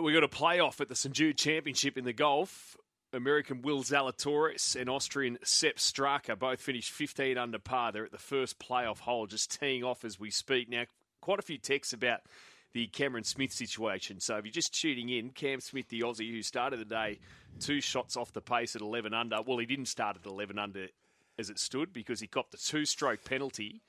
we got a playoff at the St Jude Championship in the golf. American Will Zalatoris and Austrian Sepp Straka both finished 15 under par. They're at the first playoff hole, just teeing off as we speak. Now, quite a few texts about the Cameron Smith situation. So if you're just tuning in, Cam Smith, the Aussie who started the day two shots off the pace at 11 under. Well, he didn't start at 11 under as it stood because he copped a two stroke penalty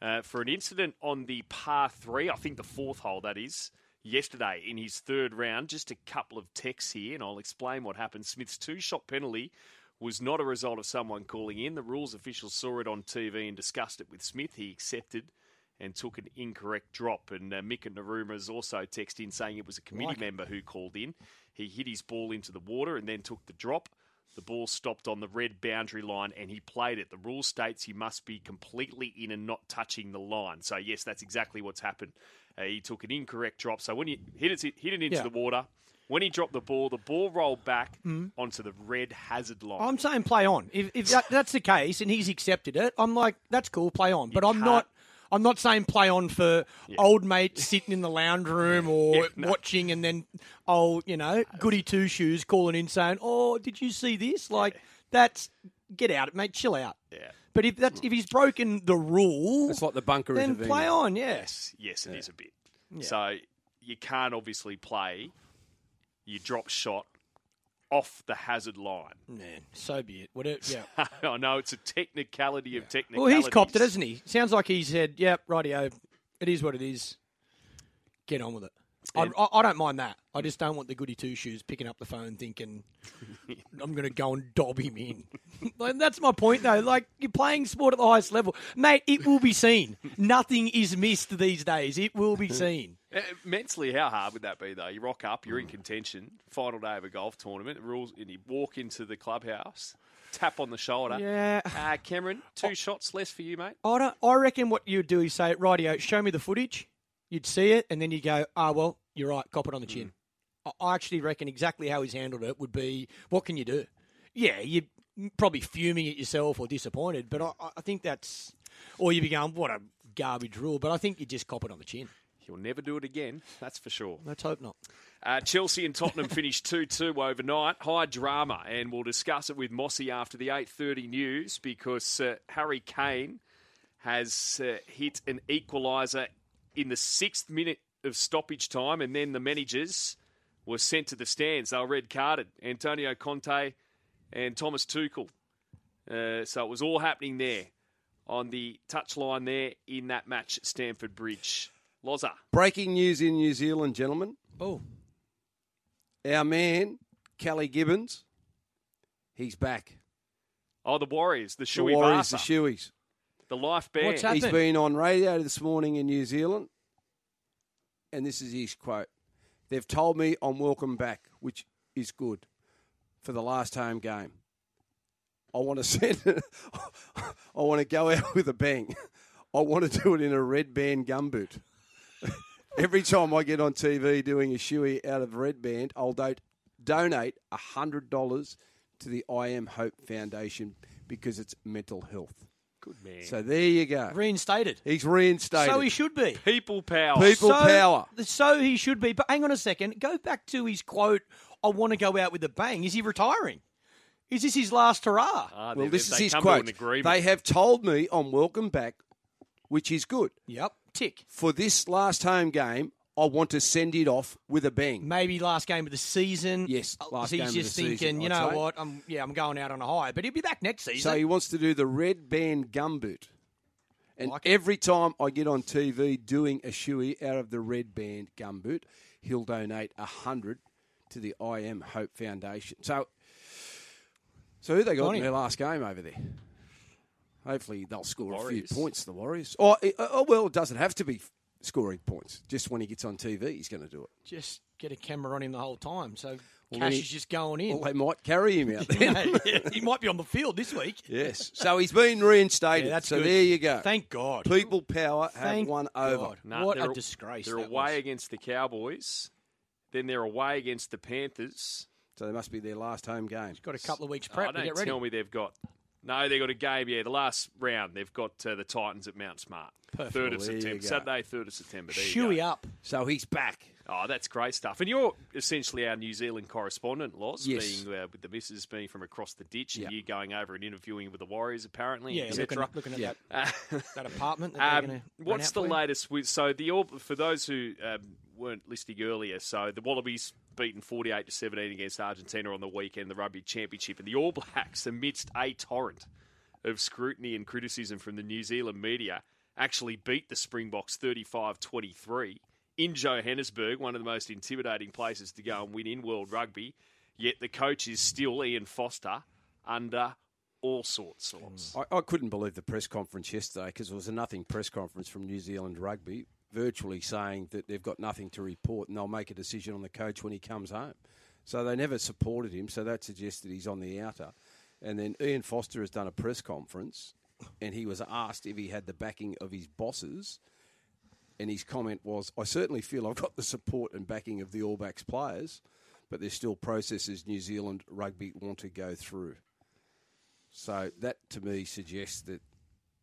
uh, for an incident on the par three, I think the fourth hole that is, yesterday in his third round. Just a couple of texts here, and I'll explain what happened. Smith's two shot penalty was not a result of someone calling in. The rules officials saw it on TV and discussed it with Smith. He accepted and took an incorrect drop. And uh, Mick and Naruma has also texted in saying it was a committee member who called in. He hit his ball into the water and then took the drop. The ball stopped on the red boundary line and he played it. The rule states he must be completely in and not touching the line. So, yes, that's exactly what's happened. Uh, he took an incorrect drop. So, when he hit it, hit it into Yeah. the water, when he dropped the ball, the ball rolled back onto the red hazard line. I'm saying play Mm. on. If, if that, that's the case and he's accepted it, I'm like, that's cool, play on. But I'm can't- not. I'm not saying play on for old mate sitting in the lounge room or Yeah, no. watching, and then old you know goody two shoes calling in saying, "Oh, did you see this?" Like that's get out, mate, chill out. Yeah. But if that's if he's broken the rule, It's like the bunker then intervening. play on. Yes. Yes, yes, it is a bit. So you can't obviously play your drop shot off the hazard line. Man, so be it. Whatever. Yeah. I know it's a technicality of Well, technicality. he's copped it, hasn't he? Sounds like he said, "Yep, rightio. It is what it is. Get on with it." I, I, I don't mind that. I just don't want the goody two shoes picking up the phone thinking, "I'm going to go and dob him in." like, that's my point, though. Like you're playing sport at the highest level, mate. It will be seen. Nothing is missed these days. It will be seen. Uh, Mentally, how hard would that be though? You rock up, you're in Mm. contention, final day of a golf tournament, rules, and you walk into the clubhouse, tap on the shoulder. Yeah. Oh. Uh, Cameron, two shots less for you, mate. I don't, I reckon what you'd do is say, "Rightio, show me the footage." You'd see it, and then you go, "Ah, well, you're right. Cop it on the chin." I- I actually reckon exactly how he's handled it would be, "What can you do?" Yeah, you're probably fuming at yourself or disappointed, but I, I think that's, or you'd be going, "What a garbage rule." But I think you just cop it on the chin. You'll never do it again, that's for sure. Let's hope not. Uh, Chelsea and Tottenham finished 2-2 overnight. High drama, and we'll discuss it with Mossy after the 8.30 news because uh, Harry Kane has uh, hit an equaliser in the sixth minute of stoppage time, and then the managers were sent to the stands. They were red-carded, Antonio Conte and Thomas Tuchel. Uh, so it was all happening there on the touchline there in that match at Stamford Bridge. Loza. Breaking news in New Zealand, gentlemen. Oh, Our man, Kelly Gibbons, he's back. Oh, the Warriors, the The Shuey Warriors, the Barca. Shoeys. The life band. What's happened? He's been on radio this morning in New Zealand, and this is his quote. They've told me I'm welcome back, which is good for the last home game. I want to send. I want to go out with a bang. I want to do it in a red band gumboot. Every time I get on TV doing a shoey out of red band, I'll do- donate hundred dollars to the I Am Hope Foundation because it's mental health. Good man. So there you go. reinstated. He's reinstated. So he should be. people power. People so, power. So he should be. But hang on a second. Go back to his quote. I want to go out with a bang. Is he retiring? Is this his last hurrah? Ah, well, they- this they is his come quote. To an agreement. They have told me I'm welcome back, which is good. yep. Tick. For this last home game, I want to send it off with a bang. Maybe last game of the season. Yes, Uh, last he's game of just the season, thinking, you I'd know say. what? I'm yeah, I'm going out on a high, but he'll be back next season. So he wants to do the red band gumboot. And Like it. every time I get on TV doing a shoey out of the red band gumboot, he'll donate a hundred to the I Am Hope Foundation. So, so who they got Morning. in their last game over there? Hopefully they'll score Warriors. a few points. The Warriors. Oh, eh, oh well, it doesn't have to be scoring points. Just when he gets on TV, he's going to do it. just get a camera on him the whole time. So then cash he- is just going in. Well, they might carry him out. You Then. know, he might be on the field this week. yes. So he's been reinstated. Yeah, that's so good. there you go. Thank God. People power Uh, have Thank won God. over. Nah, what a they're- disgrace. They're that away was. against the Cowboys. Then they're away against the Panthers. So they must be their last home game. Got a couple of weeks I prep to Oh, don't get ready. tell me they've got No, they got a game. Yeah, the last round they've got uh, the Titans at Mount Smart. Perfect. Third of Well, there you September, go. Saturday, third of September. There you Chewy go. up. So he's back. Oh, that's great stuff. And you're essentially our New Zealand correspondent, Loz, Yes. being uh, with the missus being from across the ditch, Yeah. and you going over and interviewing with the Warriors, apparently, Yeah, looking, etc. looking at Yeah. Uh, that, that apartment. That they're Um, gonna rent what's out the for you. latest with? So the All- for those who um, weren't listening earlier, so the Wallabies beaten forty-eight to seventeen against Argentina on the weekend, the Rugby Championship, and the All Blacks, amidst a torrent of scrutiny and criticism from the New Zealand media, actually beat the Springboks 35-23 in Johannesburg, one of the most intimidating places to go and win in world rugby. Yet the coach is still Ian Foster under all sorts sorts. I, I couldn't believe the press conference yesterday because it was a nothing press conference from New Zealand Rugby, virtually saying that they've got nothing to report and they'll make a decision on the coach when he comes home. So they never supported him. So that suggests that he's on the outer. And then Ian Foster has done a press conference, and he was asked if he had the backing of his bosses. And his comment was, I certainly feel I've got the support and backing of the All Blacks players, but there's still processes New Zealand rugby want to go through. So that to me suggests that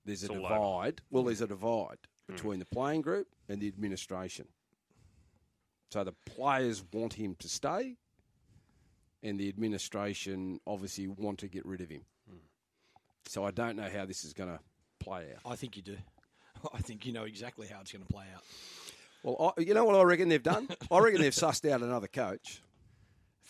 there's a all over. divide. Well, there's a divide between the playing group and the administration. So the players want him to stay, and the administration obviously want to get rid of him. So I don't know how this is going to play out. I think you do. I think you know exactly how it's going to play out. Well, I, you know what I reckon they've done? I reckon they've sussed out another coach,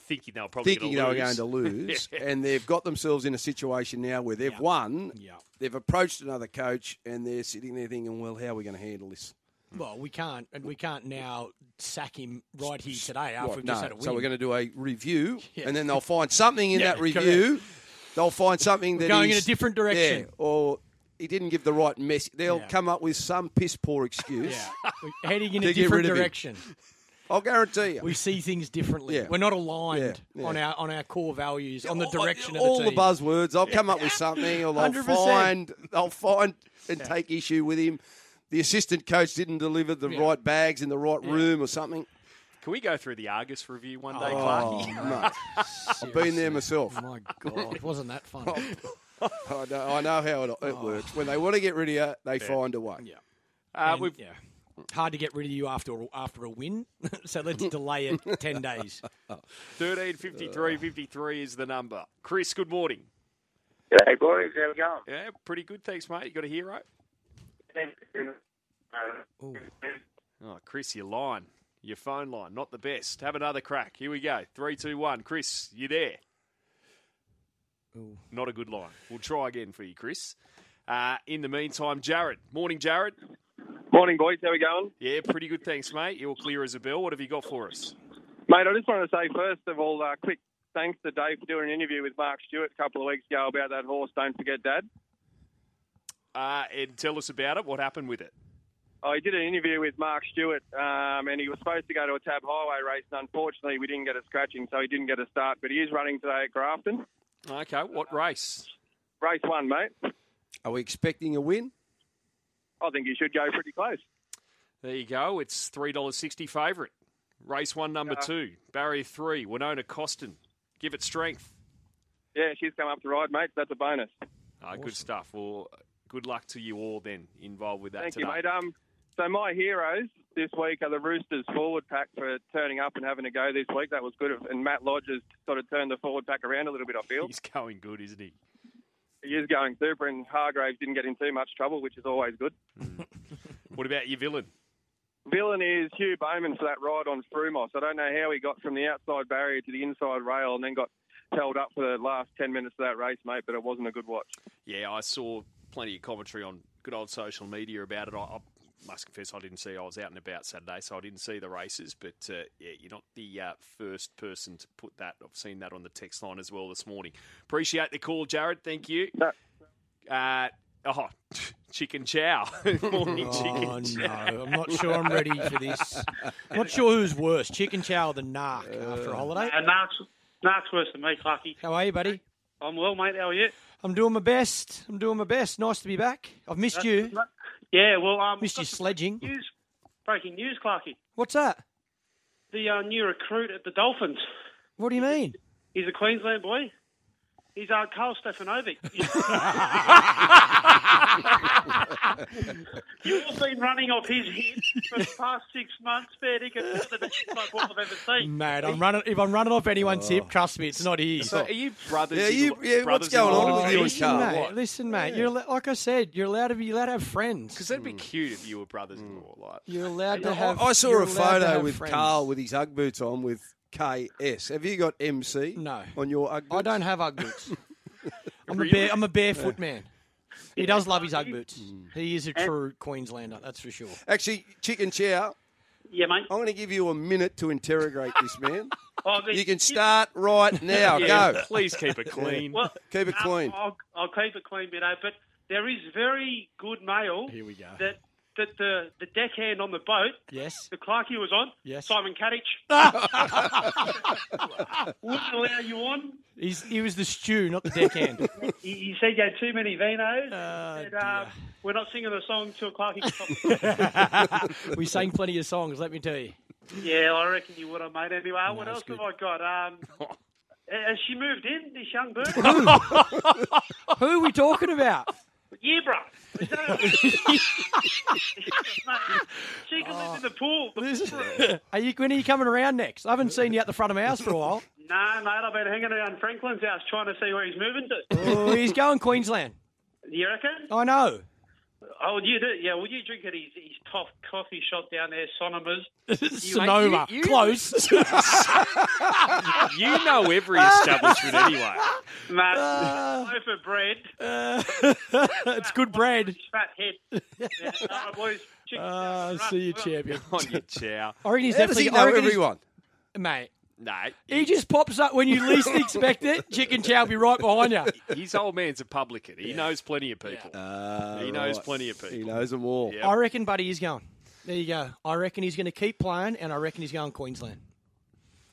Thinking they'll probably thinking they gonna were lose. going to lose, and they've got themselves in a situation now where they've won. Yeah. They've approached another coach, and they're sitting there thinking, "Well, how are we going to handle this?" Well, we can't, and we can't now sack him right here today after Right, we've no. just had a win. So we're going to do a review, Yeah. and then they'll find something in Yeah, that review. They'll find something that going in is- a different direction. yeah, or he didn't give the right message. They'll Yeah. come up with some piss poor excuse. yeah, we're heading in To a get different rid of him. direction. I'll guarantee you. We see things differently. Yeah. We're not aligned Yeah, yeah. on our on our core values, on the All- direction all of the the team. buzzwords. I'll come up with something, or 100%. they'll find, they'll find and take issue with him. The assistant coach didn't deliver the Yeah. right bags in the right room, or something. Can we go through the Argus review one day, Oh, Clarky? mate. I've been there myself. Oh Oh, My God, it wasn't that fun. I know, I know how it, it works. When they want to get rid of you, they find a way. Oh. Yeah. Uh, And, we've, yeah. Hard to get rid of you after a, after a win, so let's delay it ten days. 13, 53, 53 is the number. Chris, good morning. Hey boys, how we going? Yeah, pretty good. Thanks, mate. You got a hero? Uh, Oh, Chris, your line, your phone line, not the best. Have another crack. Here we go. Three, two, one. Chris, you there? Ooh. Not a good line. We'll try again for you, Chris. Uh, in the meantime, Jared. Morning, Jared. Morning boys, how we going? Yeah, pretty good. Thanks, mate. You're clear as a bell. What have you got for us? Mate, I just wanted to say first of all, uh, quick thanks to Dave for doing an interview with Mark Stewart a couple of weeks ago about that horse. Don't forget, Dad. Uh, and tell us about it. What happened with it? Oh, he did an interview with Mark Stewart, um, and he was supposed to go to a Tab Highway race, and unfortunately, we didn't get a scratching, so he didn't get a start. But he is running today at Grafton, Okay, what race? race one, mate. Are we expecting a win? I think he should go pretty close. There you go. It's three dollars sixty favourite. Race one, number Yeah. two, barrier three. Winona Costin, give it strength. Yeah, she's come up to ride, mate. That's a bonus. Ah, Good stuff. Well, good luck to you all then involved with that Thank today. you, mate. Um, so my heroes this week are the Roosters forward pack for turning up and having a go this week. That was good. of- And Matt Lodge has sort of turned the forward pack around a little bit, I feel. He's going good, isn't he? He is going super, and Hargraves didn't get in too much trouble, which is always good. What about your villain? Villain is Hugh Bowman for that ride on Frumos. I don't know how he got from the outside barrier to the inside rail and then got held up for the last 10 minutes of that race, mate, but it wasn't a good watch. Yeah, I saw plenty of commentary on good old social media about it. I, I must confess, I didn't see. I was out and about Saturday, so I didn't see the races. But uh, yeah, you're not the uh, first person to put that. I've seen that on the text line as well this morning. Appreciate the call, Jared. Thank you. No. Uh, oh, chicken chow. morning, chicken Oh no, chow. I'm not sure I'm ready for this. Not sure who's worse, chicken chow or the narc after a holiday. And Nark's, Nark's worse than me, Clarky. How are you, buddy? I'm well, mate. How are you? I'm doing my best. I'm doing my best. Nice to be back. I've missed you. Yeah, well, um, Missed you got some sledging. news, breaking news, Clarky. What's that? The uh, new recruit at the Dolphins. What do you mean? He's a Queensland boy. He's uh, Carl Stefanovic. You've all been running off his head for the past six months, fair dinkum. It's the best football I've ever seen. Mate, I'm running. If I'm running off anyone's hip, trust me, it's not his. So are you brothers? Yeah, in- you- yeah, brothers what's going in on law with to you and each listen, other Carl? or mate, what? listen, mate. You're al- like I said. You're allowed to be. You're allowed to have friends. 'Cause that'd Hmm. be cute if you were brothers in law. Like, You're allowed to I- have. I saw you're a allowed to photo have with friends. Carl with his UGG boots on with KS. Have you got MC? No. On your UGG boots? I don't have UGG boots. I'm, Really? a bare, I'm a barefoot man. He does love his UGG boots. He is a And- true Queenslander, that's for sure. Actually, Chicken Chow, Yeah, mate. I'm going to give you a minute to interrogate this man. Oh, You can start right now. Yeah, Go. Please keep it clean. Well, Keep it um, clean. I'll, I'll keep it clean, you know. But there is very good mail. Here we go. That that the the deckhand on the boat, Yes. the Clarkie was on. Yes. Simon Kadich wouldn't allow you on. He's, he was the stew, not the deckhand. He, he said you had too many vinos. Oh, and, uh, dear. we're not singing the song till Clarkie can stop. we sang plenty of songs, let me tell you. yeah, I reckon you would have, mate. Anyway, what that's else good. have I got? Um, has she moved in, this young bird? Who are we talking about? yeah, bro. Is that- Mate, she can live in the pool. The This is- are you, when are you coming around next? I haven't seen you at the front of my house for a while. Nah, mate, I've been hanging around Franklin's house trying to see where he's moving to. Oh, he's going Queensland. You reckon? I know. Oh, you do? Yeah, well, you drink at his, his top coffee shop down there, Sonoma's. Sonoma. you- Close. you know every establishment anyway. Mate, loaf of bread. it's Ah. good bread. His fat head. Yeah, all right, boys. Chicken Uh, salad, see you, right. champion. On your chow. I reckon he's How does definitely. he I know reckon he's- everyone? mate. No, He just pops up when you least expect it. Chicken chow will be right behind you. his old man's a publican. He knows plenty of people. Ah, He knows right. plenty of people. He knows them all. Yeah. I reckon, buddy, is going. There you go. I reckon he's going to keep playing, and I reckon he's going Queensland.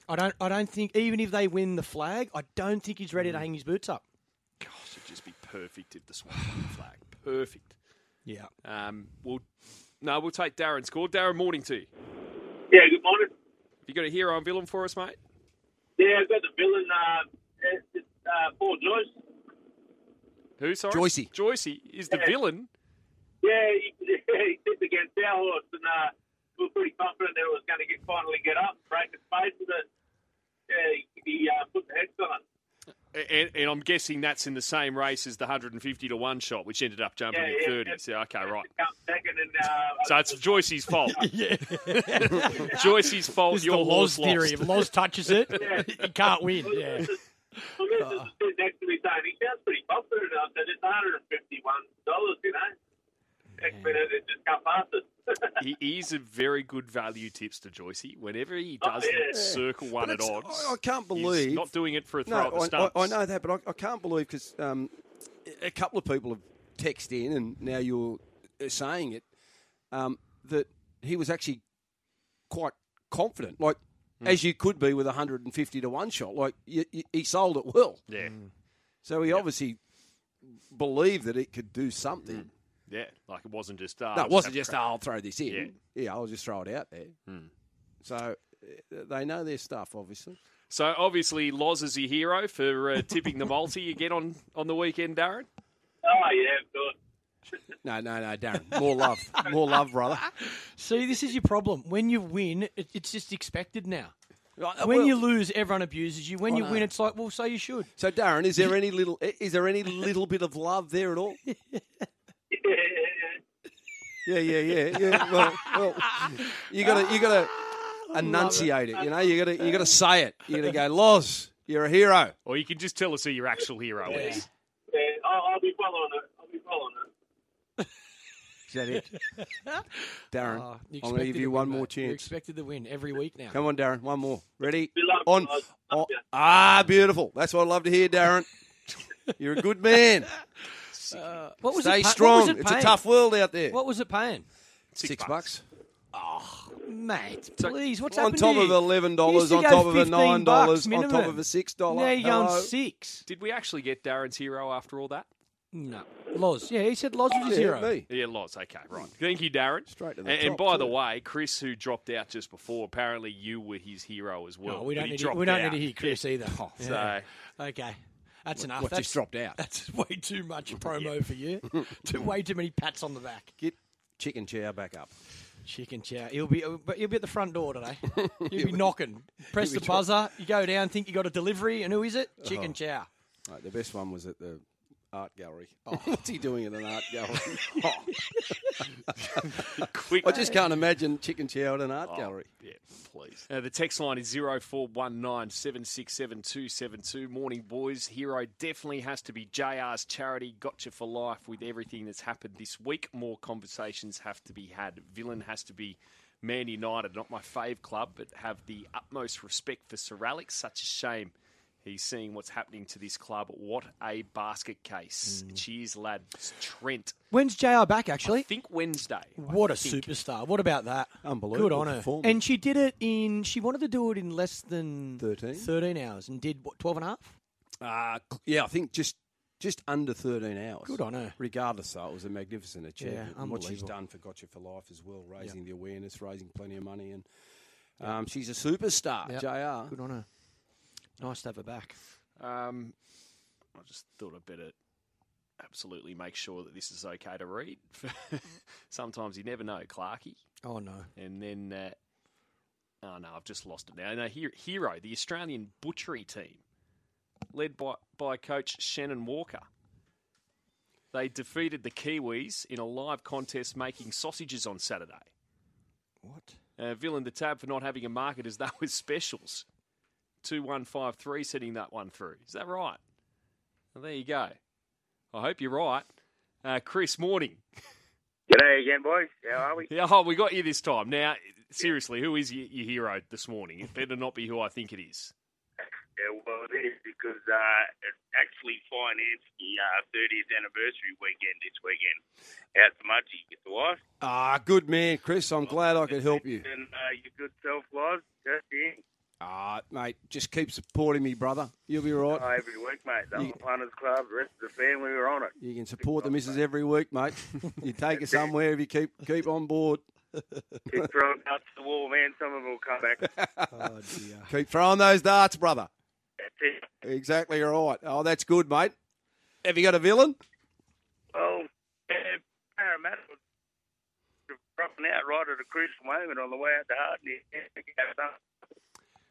I don't. I don't think even if they win the flag, I don't think he's ready to hang his boots up. Gosh, it'd just be perfect if the Swans won the flag. Perfect. Yeah. Um, we'll no, we'll take Darren's call. Darren, morning to you. Yeah, good morning. Have you got a hero and villain for us, mate? Yeah, I've got the villain, uh, uh, uh, Paul Joyce. Who? Sorry, Joycey. Joycey is the villain. Yeah, he, he tipped against our horse, and uh, we were pretty confident that it was going to get finally get up, break its face with it. Yeah, he, he uh, put the heads on it. A- And, and I'm guessing that's in the same race as the 150 to one shot, which ended up jumping Yeah, at yeah, 30. yeah. So okay, right. Come second, and uh, So it's Joycey's fault. Yeah. Joycey's fault. This is the your Loz horse lost. theory. If Loz touches it, he can't win. Yeah. well, this is sitting next to me saying he sounds pretty confident, and I said it's 151 dollars, you know. Next minute, it just Oh, come past us. He he is a very good value tips to Joycey. Whenever he does yeah. that circle one Oh, But at it's- odds, I- I can't he's believe- not doing it for a throw No, at the I, stumps. I, I know that, but I, I can't believe because um, a couple of people have texted in, and now you're uh, saying it um, that he was actually quite confident, like Hmm. as you could be with 150 to one shot. Like y y he sold it well, Yeah, so he obviously believed that it could do something. Hmm. yeah. Like it wasn't just. Uh, No, it just wasn't have a just crack. "Oh, I'll throw this in. Yeah. Hmm. I'll just throw it out there. So uh, they know their stuff, obviously. So obviously, Loz is your hero for uh, tipping the multi again on, on the weekend, Darren. oh yeah, of course. No, no, no, Darren. More love, more love, brother. See, this is your problem. When you win, it, it's just expected now. Right, When well- you lose, everyone abuses you. When I you know. win, it's like, well, so you should. So, Darren, is there any little is there any little bit of love there at all? Yeah. Yeah, yeah, yeah, yeah. Well, well you gotta you gotta enunciate Ah, it. You know, you gotta you gotta say it. You gotta go, Loz, you're a hero. Or you can just tell us who your actual hero is. Yeah, I'll, I'll be following it. I'll be following it. Is that it, Darren? Oh, you I'm gonna expected give to you win, one mate. more You're chance. expected to win every week now. Come on, Darren, one more. Ready? Be loved, On. Loz. Oh, Love ya. ah, beautiful. That's what I love to hear, Darren. You're a good man. Uh, what was Stay it pa- strong. What was it it's a paying? tough world out there. What was it paying? Six, bucks. Mate, please, what's On happened top to of you? eleven Used dollars, to on go top of a 15 nine bucks dollars, on top minimum. of a six dollar. Now you're going six. Did we actually get Darren's hero after all that? No. Loz. Yeah, he said Loz was his Oh, Yeah, hero. me. Yeah, Loz. Okay, right. Mm. Thank you, Darren. Straight to the And, and top, by too. the way, Chris, who dropped out just before, apparently you were his hero as well. No, we but don't, he need to, dropped we don't out. need to hear Chris either. So Okay. That's enough. Oh, What that's, just dropped out? That's way too much promo for you. too, way too many pats on the back. Get chicken chow back up. Chicken chow. He'll be, uh, but he'll be at the front door today. He'll be knocking. Press the buzzer. You go down, think you got a delivery, and who is it? Uh-huh. Chicken chow. Right, the best one was at the art gallery. Oh, what's he doing at an art gallery? Oh, Quick. I just can't imagine chicken chow at an art gallery. Yeah, please. Uh, the text line is 0419 767 272. Morning, boys. Hero definitely has to be JR's charity. Gotcha for life with everything that's happened this week. More conversations have to be had. Villain has to be Man United, not my fave club, but have the utmost respect for Sir Alex. Such a shame. He's seeing what's happening to this club. What a basket case. Cheers, lads. Trent. When's JR back, I actually? think Wednesday. What I a think. superstar. What about that? Unbelievable Good on her. performance. And she did it in, she wanted to do it in less than 13? 13 hours and did, what, 12 and a half? Uh, cl- yeah, I think just just under 13 hours. Good on her. Regardless, though, it was a magnificent achievement. and what she's unbelievable. done for Gotcha for Life as well, raising the awareness, raising plenty of money. And um, she's a superstar, Yep. JR. Good on her. Nice to have her back. Um, I just thought I'd better absolutely make sure that this is okay to read. Sometimes you never know, Clarkey. Oh, no. And then, uh, oh no, I've just lost it now. No, Her- Hero, the Australian butchery team, led by, by coach Shannon Walker. They defeated the Kiwis in a live contest making sausages on Saturday. What? Uh, villain the tab for not having a market as though it's specials. 2153 sending that one through. Is that right? Well, there you go. I hope you're right. Uh, Chris, morning. G'day again, boys. How are we? Yeah, oh, we got you this time. Now, seriously, who is your, your hero this morning? It better not be who I think it is. Yeah, well, it is because uh, it actually financed the uh, 30th anniversary weekend this weekend out to Munchie with the wife. Ah, good man, Chris. I'm glad I could help you. And uh, your good self, lives. Just in. Ah, mate, just keep supporting me, brother. You'll be all Oh, right. every week, mate. The whole Punters Club, the rest of the family were on it. You can support the missus every week, mate. you take her somewhere if you keep keep on board. Keep throwing up to the wall, man. Some of them will come back. Oh, dear. Keep throwing those darts, brother. That's it. Exactly right. Oh, that's good, mate. Have you got a villain? Well, yeah, Parramatta was dropping out right at a crucial moment on the way out to Harden.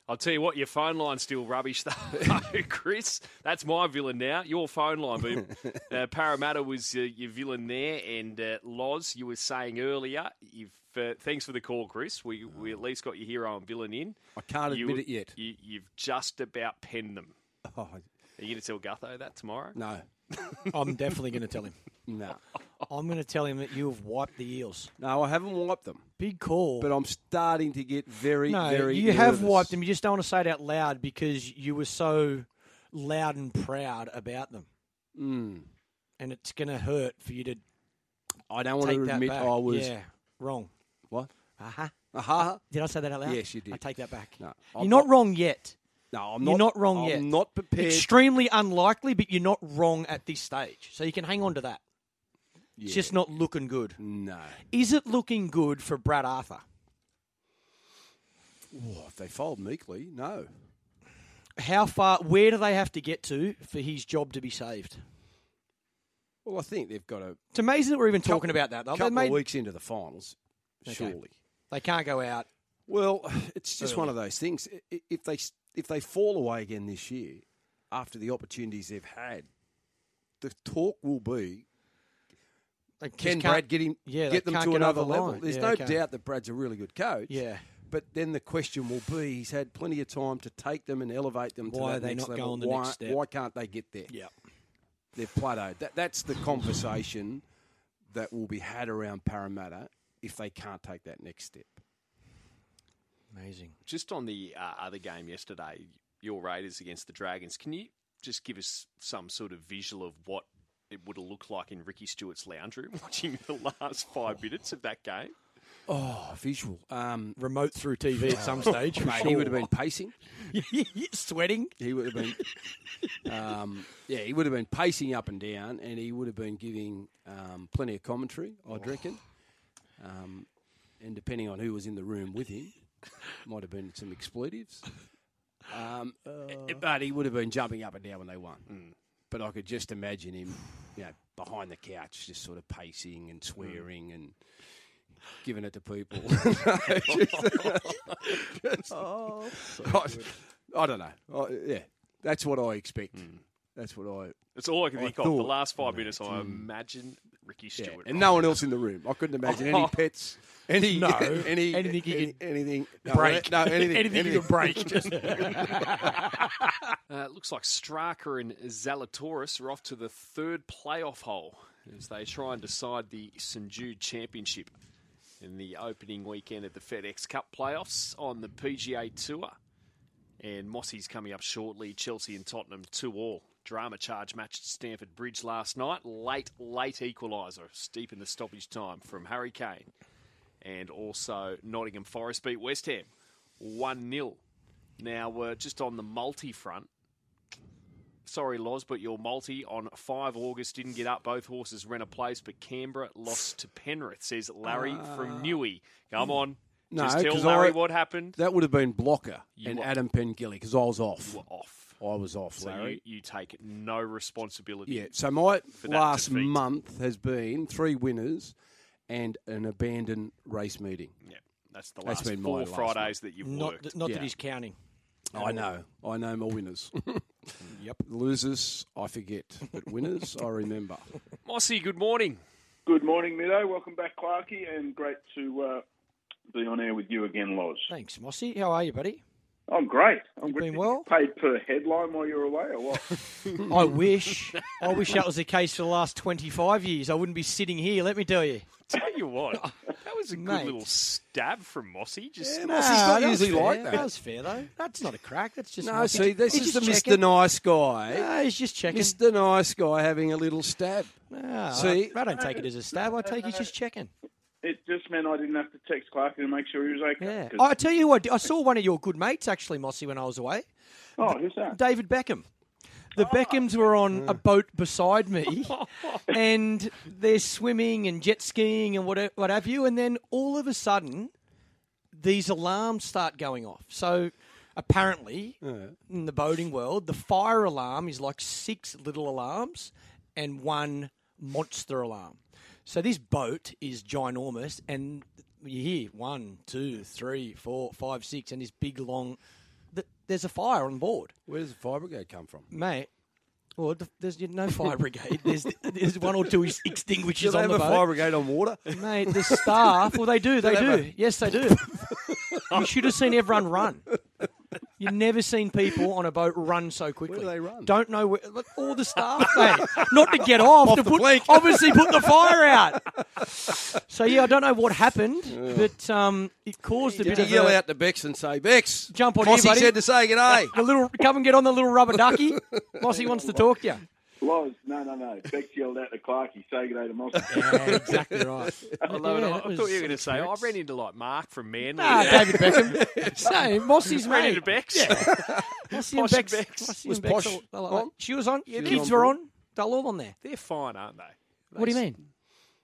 I'll tell you what, your phone line's still rubbish, though, Chris. That's my villain now. Your phone line, boom. uh, Parramatta was uh, your villain there, and uh, Loz, you were saying earlier. You've uh, thanks for the call, Chris. We we at least got your hero and villain in. I can't You- admit it yet. You, you've just about penned them. Oh, Are you going to tell Gutho that tomorrow? no, I'm definitely going to tell him. no, I'm going to tell him that you have wiped the eels. no. I haven't wiped them, Big call. but I'm starting to get very, no, very. you have nervous. wiped them. You just don't want to say it out loud because you were so loud and proud about them. Mm. And it's going to hurt for you to I don't want take to that admit back. I was Yeah, wrong. what? Uh-huh. Aha! Did I say that out loud? Yes, you did. I take that back. No, You're not wrong yet. No, I'm not. You're not wrong I'm yet. not prepared. Extremely unlikely, but you're not wrong at this stage. So you can hang on to that. It's just not looking good. no. Is it looking good for Brad Arthur? Oh, if they fold meekly, no. How far, where do they have to get to for his job to be saved? Well, I think they've got a It's amazing that we're even talking about that. Though. They, couple made- of weeks into the finals, surely. they can't go out. Well, it's just one of those things. I- i- If they s- if they fall away again this year, after the opportunities they've had, the talk will be They just can can't- Brad get him yeah, they get them can't to get another over the level? line. There's Yeah, no okay. doubt that Brad's a really good coach. Yeah. But then the question will be: He's had plenty of time to take them and elevate Why them. to that are they next not level. going the why, next step? Why can't they get there? Yeah. They've plateaued. That, that's the conversation that will be had around Parramatta if they can't take that next step. Amazing. Just on the uh, other game yesterday, your Raiders against the Dragons, can you just give us some sort of visual of what it would have looked like in Ricky Stewart's lounge room watching the last five minutes of that game? Oh, visual. Um, Remote through TV at some stage. for mate, he would have been pacing. sure. sweating. He would have been, um, yeah, he would have been pacing up and down, and he would have been giving um, plenty of commentary, I'd reckon. Um, and depending on who was in the room with him, might have been some expletives. Um, But he would have been jumping up and down when they won. but I could just imagine him, you know, behind the couch, just sort of pacing and swearing and giving it to people. Just- just- I, I don't know. I, yeah, that's what I expect. That's what I. It's all I can I think of. The thought- last five minutes, I imagine Ricky Yeah, Stewart. and no one else in the room. I couldn't imagine any pets, any Oh, No. any Anything you any- anything no, eh, break. Oh, No, anything, anything you can break. Just Uh, it looks like Straka and Zalatoris are off to the third playoff hole as they try and decide the St Jude Championship in the opening weekend of the FedEx Cup playoffs on the PGA Tour. And Mossy's coming up shortly. Chelsea and Tottenham two all. Drama charge match at Stamford Bridge last night. Late, late equaliser, steep in the stoppage time from Harry Kane. And also Nottingham Forest beat West Ham 1 0. Now, uh, just on the multi front, sorry, Loz, but your multi on 5 August didn't get up. Both horses ran a place, but Canberra lost to Penrith, says Larry from Newey. Come on. Ah. No, just tell 'cause Larry I- what happened. That would have been Blocker You and are- Adam Pengilly because I was off. You were off. I was off, So Larry. you, you take no responsibility. Yeah. So my that last defeat. month has been three winners and an abandoned race meeting. Yeah, that's the That's last been my four last Fridays that you've not worked. that, not Yeah. that he's counting. Oh. I know. I know my winners. yep. Losers, I forget, but winners, I remember. Mossy, good morning. Good morning, Mido. Welcome back, Clarky, and great to uh, be on air with you again, Loz. Thanks, Mossy. How are you, buddy? I'm great. I'm been good. well? Paid per headline while you were away, or what? I wish. I wish that was the case for the last 25 years. I wouldn't be sitting here, let me tell you. Tell you what, that was a good Oh, Mate. Ah, little stab from Mossy. Just Yeah, Mossy's not that was usually like fair. that. That was fair, though. That's not a crack. That's just. No, Mossy. see, this He's is the just Mr. checking. Nice Guy. No, he's just checking. Mr. Nice Guy having a little stab. No, See? I, I don't take it as a stab. I take he's just checking. it just meant I didn't have to text Clarky to make sure he was okay. Yeah. 'cause- I tell you what, I saw one of your good mates actually, Mossy, when I was away. oh, who's that? Oh. David Beckham. The Beckhams were on a boat beside me, and they're swimming and jet skiing and what, what have you. And then all of a sudden, these alarms start going off. So apparently, in the boating world, the fire alarm is like six little alarms and one monster alarm. So this boat is ginormous, and you hear one, two, three, four, five, six, and this big long. th- There's a fire on board Where does the fire brigade come from? mate. Well, th- there's no fire brigade. There's there's one or two ex- Do extinguishers they on have the a boat. fire brigade on water? Mate, the staff. Well, they do. They they do. have a- Yes, they do. you should have seen everyone run. You've never seen people on a boat run so quickly. do they run? Don't know where. Look, all the staff, mate. Not to get off. to the put, plank. obviously put the fire out. So yeah, I don't know what happened, but um, it caused a Did bit you of yell a, out to Bex and say, Bex, Jump on here, Mossy buddy." said to say good day. the little. Come and get on the little rubber ducky. Mossy wants to talk to you. Loz, no, no, no. Beck yelled out to Clarky, say good day to Mossy. Yeah, exactly right. Although Yeah, I, I that thought you was- were going to say, "Oh, I ran into like Mark from Manly. Ah, Yeah. David Beckham. Same. Mossy's ran mate. into Bex. Mossy Posh and Bex. Bex. Mossy Was and Bex. Posh all- they're like- on? She was on. was Kids on were board. on. They're all on there. They're fine, aren't they? What do you They- mean?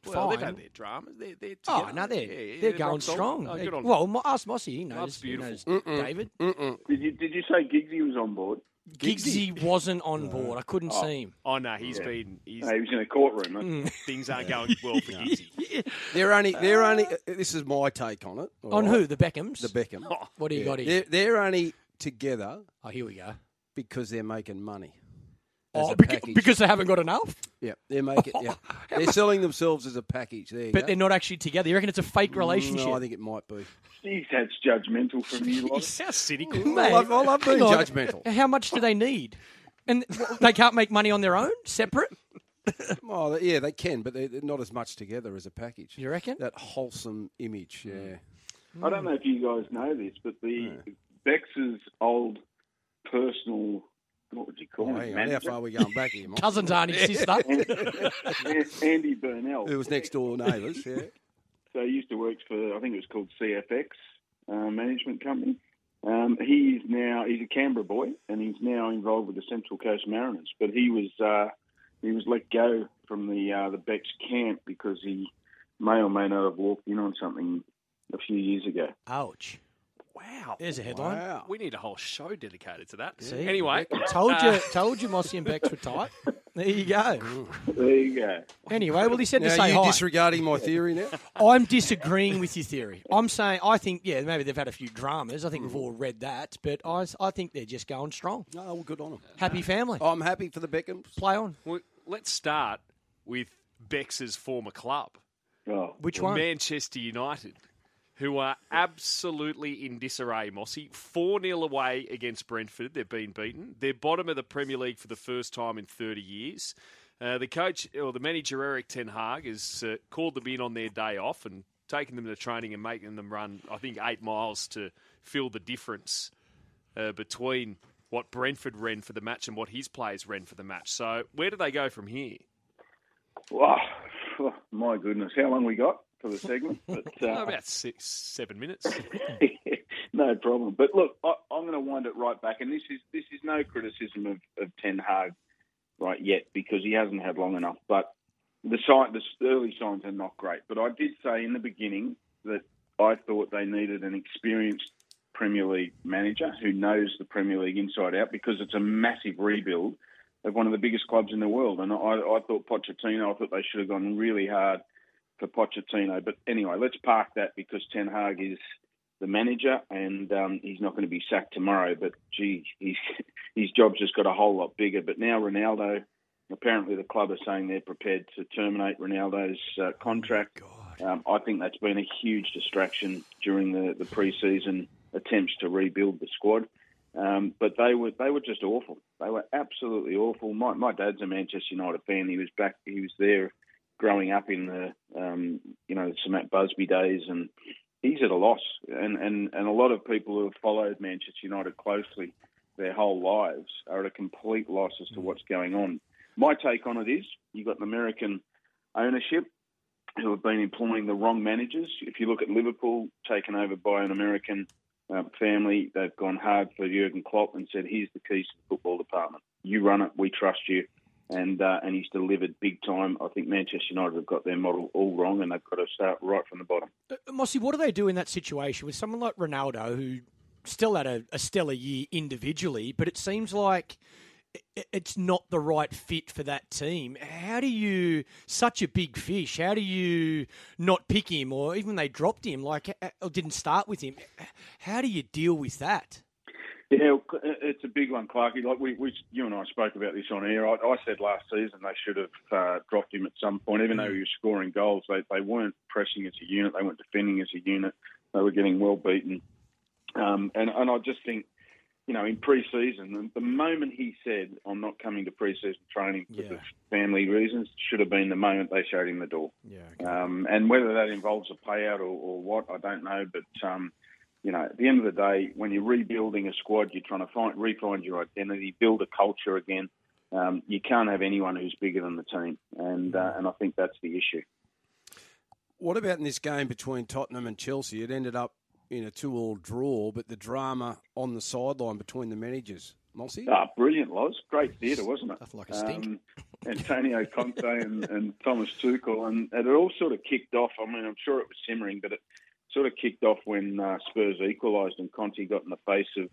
Well, they've Fine. had their dramas. They're, they're Oh, together. no, they're, Yeah, yeah, they're rock going solid. strong. Oh, They- good on well, mo- ask Mossy. He knows, Love's he knows beautiful. David. Did you did you say Giggsy was on board? Giggsy wasn't on board. I couldn't see him. Oh, no, he's been, he's, No, he was in a courtroom. eh? Hmm. things aren't going well for Gizzy. They're only, they're only, uh, this is my take on it. all On right? who? The Beckhams? The Beckham. what do you got here? They're, they're only together Oh, here we go. because they're making money. As Oh, a because, package. because Oh, they haven't got enough, Yeah, they're making. Yeah, they're selling themselves as a package. There, you but go. they're not actually together. You reckon it's a fake relationship? No, I think it might be. Jeez, that's judgmental from you, He Loz. sounds cynical. Mate, I love- I love being hang on. judgmental. How much do they need? And they can't make money on their own, separate. Oh, yeah, they can, but they're they're not as much together as a package. You reckon? That wholesome image. Yeah. I don't know if you guys know this, but the Hmm. Bex's old personal, what would you call Oh, it? hang on, how far are we going back here? Mike? Cousins aren't his sister. Andy Burnell. It was next door neighbours. Yeah. So he used to work for, I think it was called CFX uh, Management Company. Um, he's now he's a Canberra boy, and he's now involved with the Central Coast Mariners. But he was uh, he was let go from the uh, the Bex camp because he may or may not have walked in on something a few years ago. Ouch. Wow. There's a headline. Wow. We need a whole show dedicated to that. See? Anyway, Told uh, you, told you, Mossy and Bex were tight. There you go. There you go. Anyway, well, he said to Now, say you hi. disregarding my theory now? I'm disagreeing with your theory. I'm saying I think yeah, maybe they've had a few dramas. I think we've all read that, but I, I think they're just going strong. No, well, good on them. Happy family. Oh, I'm happy for the Beckhams. Play on. Well, let's start with Bex's former club, Oh, Which one? Manchester United, who are absolutely in disarray, Mossy. 4 0 away against Brentford. They've been beaten. They're bottom of the Premier League for the first time in 30 years. Uh, the coach, or the manager, Eric Ten Hag, has uh, called them in on their day off and taken them to training and making them run, I think, eight miles to feel the difference uh, between what Brentford ran for the match and what his players ran for the match. So, where do they go from here? wow. Oh, my goodness. How long we got for the segment? But, Oh, uh, about six, seven minutes. no problem. But look, I, I'm going to wind it right back, and this is this is no criticism of, of Ten Hag right yet because he hasn't had long enough. But the sign, the early signs are not great. But I did say in the beginning that I thought they needed an experienced Premier League manager who knows the Premier League inside out because it's a massive rebuild of one of the biggest clubs in the world. And I, I thought Pochettino, I thought they should have gone really hard for Pochettino. But anyway, let's park that because Ten Hag is the manager, and um, he's not going to be sacked tomorrow. But gee, he's, his job's just got a whole lot bigger. But now Ronaldo, apparently the club are saying they're prepared to terminate Ronaldo's uh, contract. Um, I think that's been a huge distraction during the, the preseason attempts to rebuild the squad. Um, but they were they were just awful. They were absolutely awful. My my dad's a Manchester United fan. He was back. He was there growing up in the um, you know Samat Busby days, and he's at a loss. And, and and a lot of people who have followed Manchester United closely their whole lives are at a complete loss as to what's going on. My take on it is you've got an American ownership who have been employing the wrong managers. If you look at Liverpool, taken over by an American uh, family, they've gone hard for Jurgen Klopp and said, "Here's the keys to the football department. You run it. We trust you." And uh, and he's delivered big time. I think Manchester United have got their model all wrong, and they've got to start right from the bottom. Uh, Mossy, what do they do in that situation with someone like Ronaldo, who still had a, a stellar year individually, but it seems like i- it's not the right fit for that team? How do you, such a big fish, how do you not pick him, or even they dropped him, like, h- h- or didn't start with him? How do you deal with that? Yeah, uh, it's a big one, Clarky. Like we, we, you and I spoke about this on air. I, I said last season they should have uh, dropped him at some point, even though he was scoring goals. They they weren't pressing as a unit. They weren't defending as a unit. They were getting well beaten. Um, and and I just think, you know, in pre-season, the, the moment he said, "I'm not coming to pre-season training because Yeah. of family reasons," should have been the moment they showed him the door. Yeah. Um, and whether that involves a payout or, or what, I don't know. But um, you know, at the end of the day, when you're rebuilding a squad, you're trying to find, refine your identity, build a culture again. Um, you can't have anyone who's bigger than the team, and uh, and I think that's the issue. What about in this game between Tottenham and Chelsea? It ended up in a two-all draw, but the drama on the sideline between the managers. Mossy? Ah, brilliant, Loz. Great theatre, wasn't it? Stuff like a stink. Um, Antonio Conte and, and Thomas Tuchel, and, and it all sort of kicked off. I mean, I'm sure it was simmering, but it sort of kicked off when uh, Spurs equalised and Conte got in the face of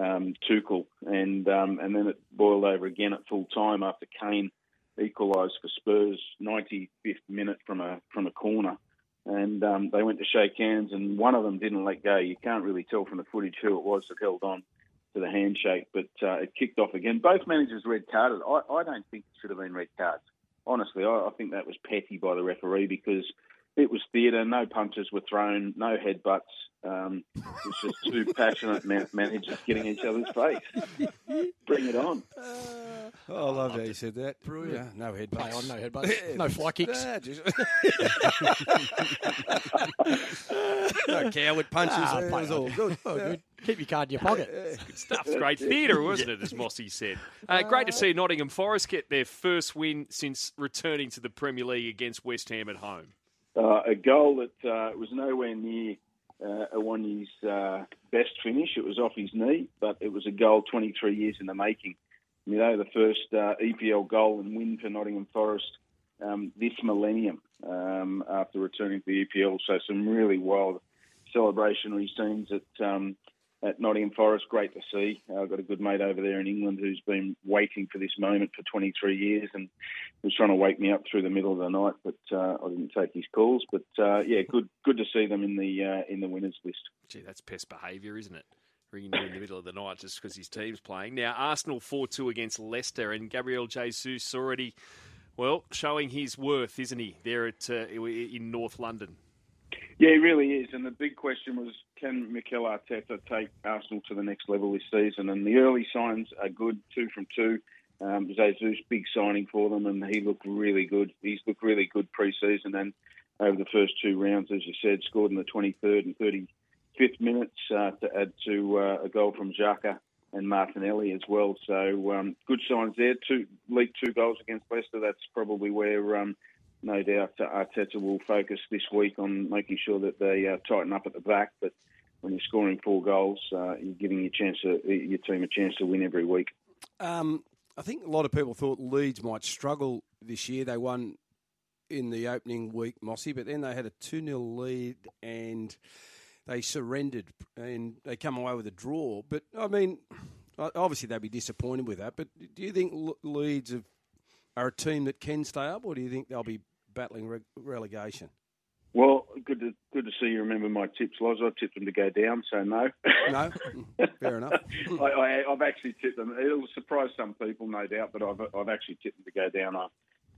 um, Tuchel, and um, and then it boiled over again at full time after Kane equalised for Spurs, 95th minute from a from a corner, and um, they went to shake hands, and one of them didn't let go. You can't really tell from the footage who it was that held on to the handshake, but uh, it kicked off again. Both managers red carded. I, I don't think it should have been red cards. Honestly, I, I think that was petty by the referee because it was theatre. No punches were thrown, no headbutts. Um, it was just two passionate ma- managers getting each other's face. Bring it on. Oh, I love how you said that. Brilliant. no headbutts. Play on, no headbutts, no fly kicks. Ah, just- no coward punches. Ah, it play was on. all good. Oh, Uh, good. Keep your card in your pocket. Stuff's great theatre, wasn't it, as Mossy said? Uh, great to see Nottingham Forest get their first win since returning to the Premier League against West Ham at home. uh, a goal that uh, was nowhere near uh, Awani's uh, best finish. It was off his knee, but it was a goal 23 years in the making. You know, the first uh, EPL goal and win for Nottingham Forest um, this millennium um, after returning to the EPL. So some really wild celebrationary scenes at um, at Nottingham Forest. Great to see. Uh, I've got a good mate over there in England who's been waiting for this moment for 23 years and was trying to wake me up through the middle of the night, but uh, I didn't take his calls. But uh, yeah, good good to see them in the uh, in the winners list. Gee, that's pest behaviour, isn't it? Ringing you in the middle of the night just because his team's playing. Now, Arsenal 4 2 against Leicester, and Gabriel Jesus already, well, showing his worth, isn't he, there at uh, in North London? Yeah, he really is. And the big question was, can Mikel Arteta take Arsenal to the next level this season? And the early signs are good, two from two. Um, Jesus, big signing for them, and he looked really good. He's looked really good pre-season and over the first two rounds, as you said, scored in the 23rd and 35th minutes uh, to add to uh, a goal from Xhaka and Martinelli as well. So um, good signs there. Two league two goals against Leicester. That's probably where um, no doubt uh, Arteta will focus this week on making sure that they uh, tighten up at the back. But when you're scoring four goals, uh, you're giving your chance to, your team a chance to win every week. Um, I think a lot of people thought Leeds might struggle this year. They won in the opening week, Mossy, but then they had a 2 0 lead and they surrendered and they come away with a draw. But, I mean, o- obviously they'd be disappointed with that. But do you think Le- Leeds have, are a team that can stay up, or do you think they'll be battling re- relegation? Well, good to good to see you remember my tips, Loz. I tipped them to go down, so no. No? Mm, Fair enough. I, I, I've actually tipped them. It'll surprise some people, no doubt, but I've I've actually tipped them to go down. I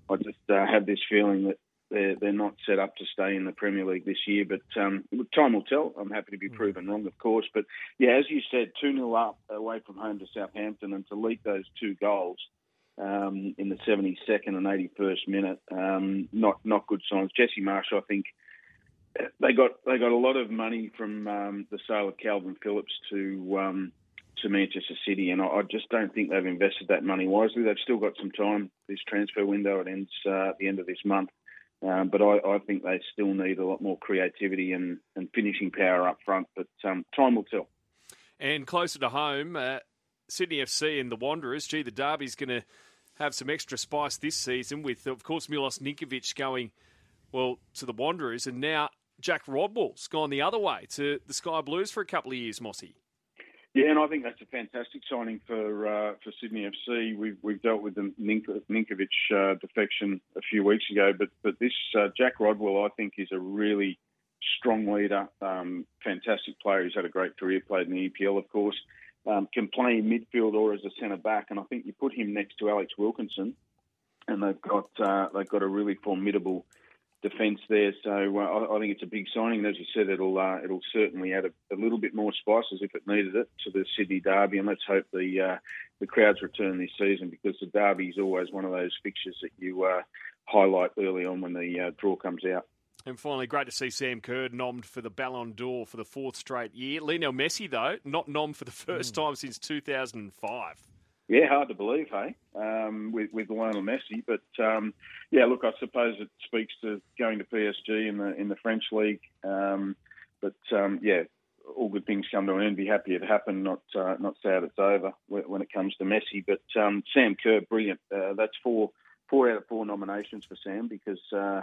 I just uh, have this feeling that they're they're not set up to stay in the Premier League this year. But um, time will tell. I'm happy to be Hmm. proven wrong, of course. But yeah, as you said, two 0 up away from home to Southampton, and to lead those two goals um, in the 72nd and 81st minute, um, not not good signs. Jesse Marsh, I think they got they got a lot of money from um, the sale of Calvin Phillips to um, to Manchester City, and I, I just don't think they've invested that money wisely. They've still got some time. This transfer window it ends uh, at the end of this month, um, but I, I think they still need a lot more creativity and, and finishing power up front. But um, time will tell. And closer to home, uh, Sydney FC and the Wanderers. Gee, the derby's going to have some extra spice this season with, of course, Milos Ninkovic going, well, to the Wanderers. And now Jack Rodwell's gone the other way to the Sky Blues for a couple of years, Mossy. Yeah, and I think that's a fantastic signing for uh, for Sydney FC. We've we've dealt with the Ninko- Ninkovic uh, defection a few weeks ago, but but this uh, Jack Rodwell, I think, is a really strong leader, um, fantastic player. He's had a great career, played in the EPL, of course. Um, can play in midfield or as a centre back, and I think you put him next to Alex Wilkinson, and they've got uh, they've got a really formidable defence there. So uh, I, I think it's a big signing. As you said, it'll uh, it'll certainly add a, a little bit more spices if it needed it to the Sydney Derby, and let's hope the uh, the crowds return this season because the Derby is always one of those fixtures that you uh, highlight early on when the uh, draw comes out. And finally, great to see Sam Kerr nommed for the Ballon d'Or for the fourth straight year. Lionel Messi, though, not nommed for the first Hmm. time since 2005. Yeah, hard to believe, hey, um, with, with Lionel Messi. But um, yeah, look, I suppose it speaks to going to PSG in the in the French league. Um, but um, yeah, all good things come to an end. Be happy it happened, not uh, not sad it's over when when it comes to Messi. But um, Sam Kerr, brilliant. Uh, that's four four out of four nominations for Sam because uh,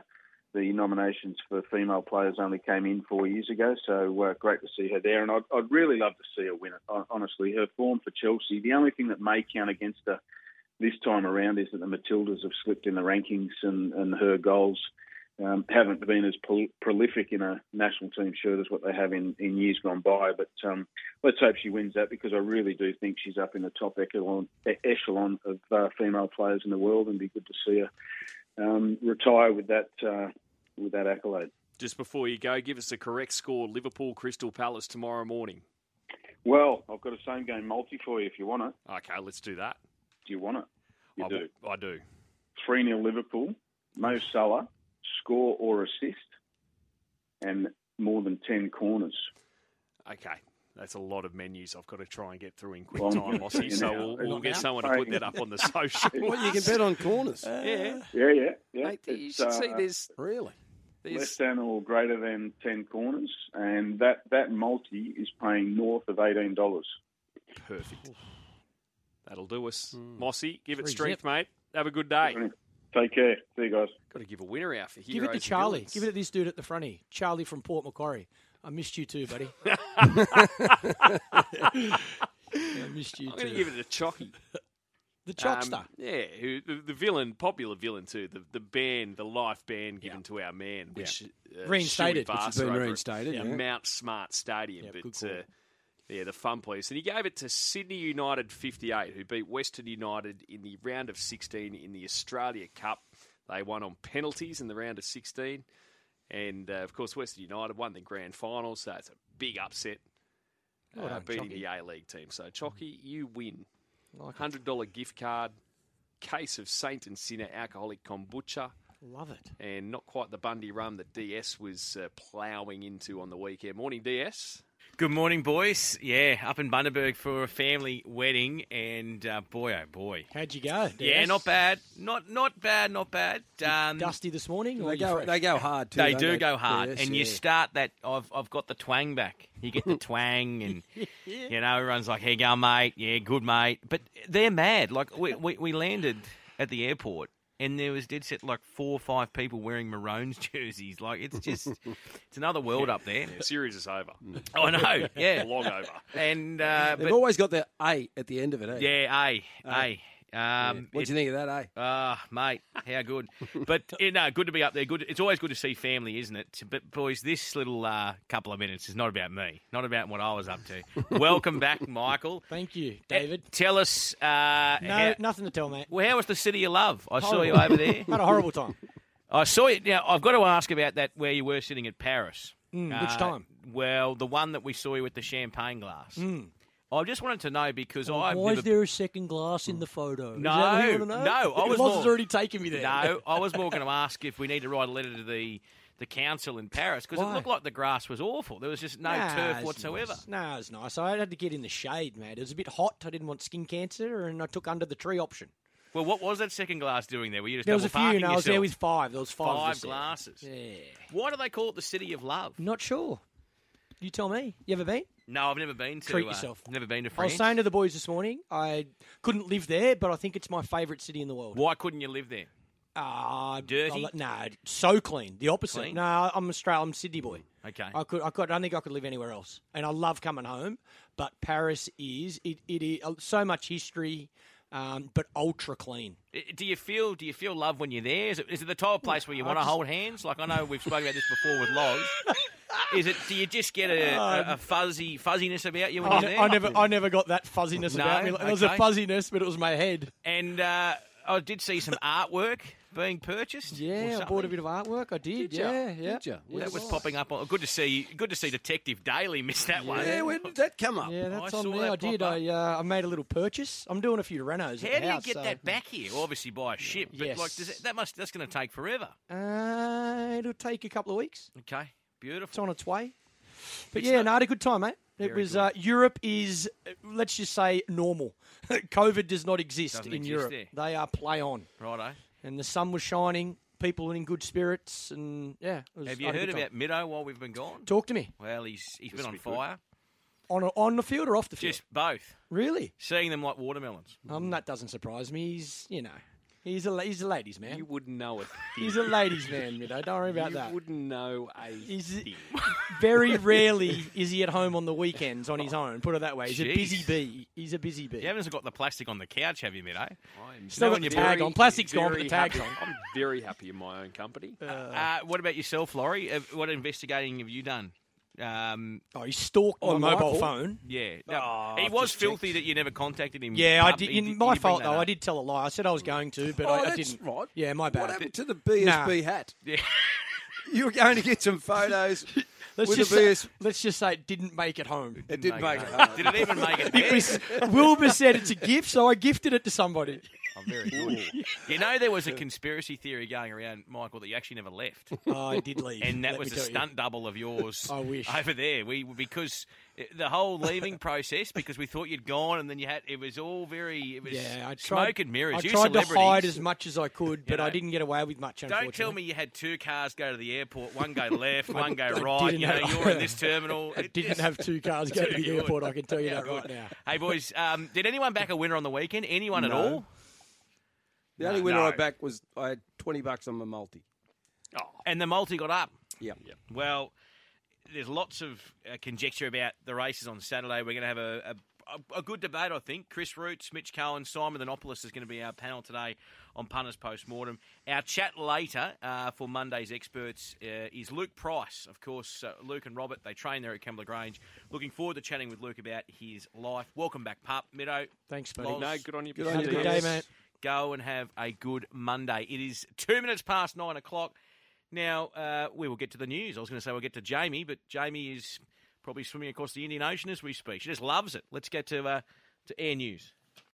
the nominations for female players only came in four years ago. So uh, great to see her there, and I'd, I'd really love to see her win it. Hon- Honestly, her form for Chelsea. The only thing that may count against her this time around is that the Matildas have slipped in the rankings, and, and her goals um, haven't been as prol- prolific in a national team shirt as what they have in, in years gone by. But um, let's hope she wins that because I really do think she's up in the top echelon, e- echelon of uh, female players in the world, and it'd be good to see her. Um, retire with that uh, with that accolade. Just before you go, give us the correct score Liverpool Crystal Palace tomorrow morning. Well, I've got a same game multi for you if you want it. Okay, let's do that. Do you want it? You I, do. I do. 3 0 Liverpool, Mo Salah, score or assist, and more than 10 corners. Okay. That's a lot of menus I've got to try and get through in quick Well, time, Mossy. So yeah. we'll, we'll get Not someone to put that up on the social. Well, you can bet on corners. yeah. Yeah, yeah. yeah. Mate, you It's, should uh, see there's, Really? Less there's than or greater than 10 corners, and that, that multi is paying north of $18. perfect. That'll do us. Mossy, give it Three strength, zip. mate. Have a good day. Take care. See you guys. Got to give a winner out for Give it heroes to and Charlie. villains. Give it to this dude at the fronty, Charlie from Port Macquarie. I missed you too, buddy. I missed you I'm too. going to give it a chocky. the Chockster. Um, yeah, who, the, the villain, popular villain too. The the ban, the life ban given to our man, which uh, Reinstated. Shuey Which It's Barca been over at reinstated. Yeah. Mount Smart Stadium, Yeah, good but call. uh, yeah, the fun place. And he gave it to Sydney United 58, who beat Western United in the round of 16 in the Australia Cup. They won on penalties in the round of 16, and uh, of course Western United won the grand final, so it's a big upset. Well uh, done, beating Chocky. the A League team. So Chocky, you win. Like it. Hundred dollar gift card, case of Saint and Sinner alcoholic kombucha, Love it. and not quite the Bundy rum that DS was uh, ploughing into on the weekend. Morning, DS. Good morning, boys. Yeah, up in Bundaberg for a family wedding, and uh, boy, oh boy. How'd you go? Yeah, Dennis? not bad. Not not bad. Not bad. Um, Dusty this morning. or They you go, fresh? they go hard too. they don't do go hard, Yes, and you yeah. start that. I've I've got the twang back. You get the twang, and you know everyone's like, "Here you go, mate. Yeah, good, mate." But they're mad. Like we we, we landed at the airport. And there was dead set like four or five people wearing Maroons jerseys. Like it's just, it's another world up there. The series is over. I know, yeah. Long over. And uh, They've but always got the A at the end of it. Eh? Yeah, a a. Um, What it- do you think of that, eh? Ah, mate, how good! But you know, good to be up there. Good. It's always good to see family, isn't it? But boys, this little uh, couple of minutes is not about me, not about what I was up to. Welcome back, Michael. Thank you, David. Eh, tell us. Uh, No, Oh. how, nothing to tell, mate. well, how was the city of love? I saw you Horrible. over there. Had a horrible time. I saw you. Now I've got to ask about that. Where you were sitting at Paris? Uh, Mm, which time? Well, the one that we saw you with the champagne glass. Mm. I just wanted to know because I've Why never is there a second glass in the photo? No, no, I was Loz more- has already taken me there. No, I was more going to ask if we need to write a letter to the the council in Paris because it Why? looked like the grass was awful. There was just no Nah, turf it's whatsoever. nice. No, it was nice. I had to get in the shade, mate. It was a bit hot. I didn't want skin cancer, and I took under the tree option. Well, what was that second glass doing there? Were you just There was double a few, and parking I was there yourself? with five. There was five. of five us there. glasses? Yeah. Why do they call it the City of Love? Not sure. You tell me. You ever been? No, I've never been to. Treat uh, yourself. never been to I France. was saying to the boys this morning, I couldn't live there, but I think it's my favourite city in the world. Why couldn't you live there? Uh, Dirty? no, so clean. The opposite. Clean? No, I'm Australian. I'm Sydney boy. Okay. I could, I could, I don't think I could live anywhere else. And I love coming home, but Paris is it, it is uh, so much history, um, but ultra clean. I- Do you feel do you feel love when you're there? Is it, is it the type of place where you want to hold hands? Like I know we've spoken about this before with Loz. Is it? Do you just get a, a, a fuzzy fuzziness about you when I, you're there? I never, I never got that fuzziness Oh, No? about me. It was a Okay. fuzziness, but it was my head. And uh, I did see some artwork being purchased. or Yeah, I bought a something. bit of Oh. artwork. I did. ya? yeah, yeah. Did ya? Yeah, That was Nice. popping up on. Good to see. Good to see Detective Daily miss that one. Yeah, where did that come up? Yeah, that's I on saw there. that I did. pop up. I uh, I made a little purchase. I'm doing a few renos. How at the do you house, get so- that back here? Well, obviously by a ship, but Yes. like does it, that must that's going to take forever. Uh, it'll take a couple of weeks. Okay, It's beautiful. on its way. But It's yeah, not- no, I had a good time, mate. It Very was good. uh, Europe is uh, let's just say normal. COVID does not exist Doesn't in exist Europe. there. They are play on, Righto. and the sun was shining. People were in good spirits, and yeah. It was, Have I you had a heard good about time. Middo while we've been gone? Talk to me Well, he's he's been This'll on be good. fire. on on the field or off the field? Just both really? seeing them like watermelons. Um, that doesn't surprise me. He's you know he's a la- he's a ladies man. You wouldn't know it. He's a ladies man, Middo. Don't worry about you that. wouldn't know a He's- thing. Very rarely is he at home on the weekends on his own. Put it that way. He's a Jeez. busy bee. He's a busy bee. You haven't got the plastic on the couch, have you, Middo? I'm Still No, got and the you're tag very, on. Plastic's gone, but very the tag's happy- on. I'm very happy in my own company. Uh, what about yourself, Laurie? Uh, What investigating have you done? Um, Oh, he stalked my On my mobile fault? phone. Yeah, no, Oh, he I've was just checked. filthy that you never contacted him. Yeah, I Pub- did. he he my bring fault that though. up. I did tell a lie. I said I was going to, but oh, I, I that's didn't. right. Yeah, my What bad. happened to the BSB hat? Yeah. You were going to get some photos Let's with the just, say, BS. let's just say it didn't make it home. It did Make make it it hard. hard. Did it even make it? It there? was Wilbur said it's a gift, so I gifted it to somebody. Oh, very good. you know, there was a conspiracy theory going around, Michael, that you actually never left, Oh, I did leave, and that let was me a tell you. stunt double of yours. I wish. over there. We because the whole leaving process because we thought you'd gone, and then you had it was all very it was Yeah, I tried. smoke and mirrors. I You tried to hide celebrities. as much as I could, but I know. didn't get away with much. Unfortunately. Don't tell me you had two cars go to the airport, one go left, one go right. didn't You know, have- you're in this terminal. I It didn't just- have two cars go to Yeah, the you airport. would. I can tell you Yeah, that good. right now. Hey boys, um, did anyone back a winner on the weekend? Anyone at No. all? The only winner I No. backed was I had twenty bucks on my multi. Oh, And the multi got up. Yeah. Well, there's lots of uh, conjecture about the races on Saturday. We're going to have a, a, a good debate, I think. Chris Roots, Mitch Cohen, Simon Thanopoulos is going to be our panel today on Punters Postmortem. Our chat later uh, for Monday's experts uh, is Luke Price. Of course, uh, Luke and Robert, they train there at Kembla Grange. Looking forward to chatting with Luke about his life. Welcome back, pup. Middo, Thanks, buddy. Lols, No, good on you. Good Have a on you, good Yes. day, mate. go and have a good Monday. It is two minutes past nine o'clock. Now, uh, we will get to the news. I was going to say we'll get to Jamie, but Jamie is probably swimming across the Indian Ocean as we speak. She just loves it. Let's get to, uh, to air news.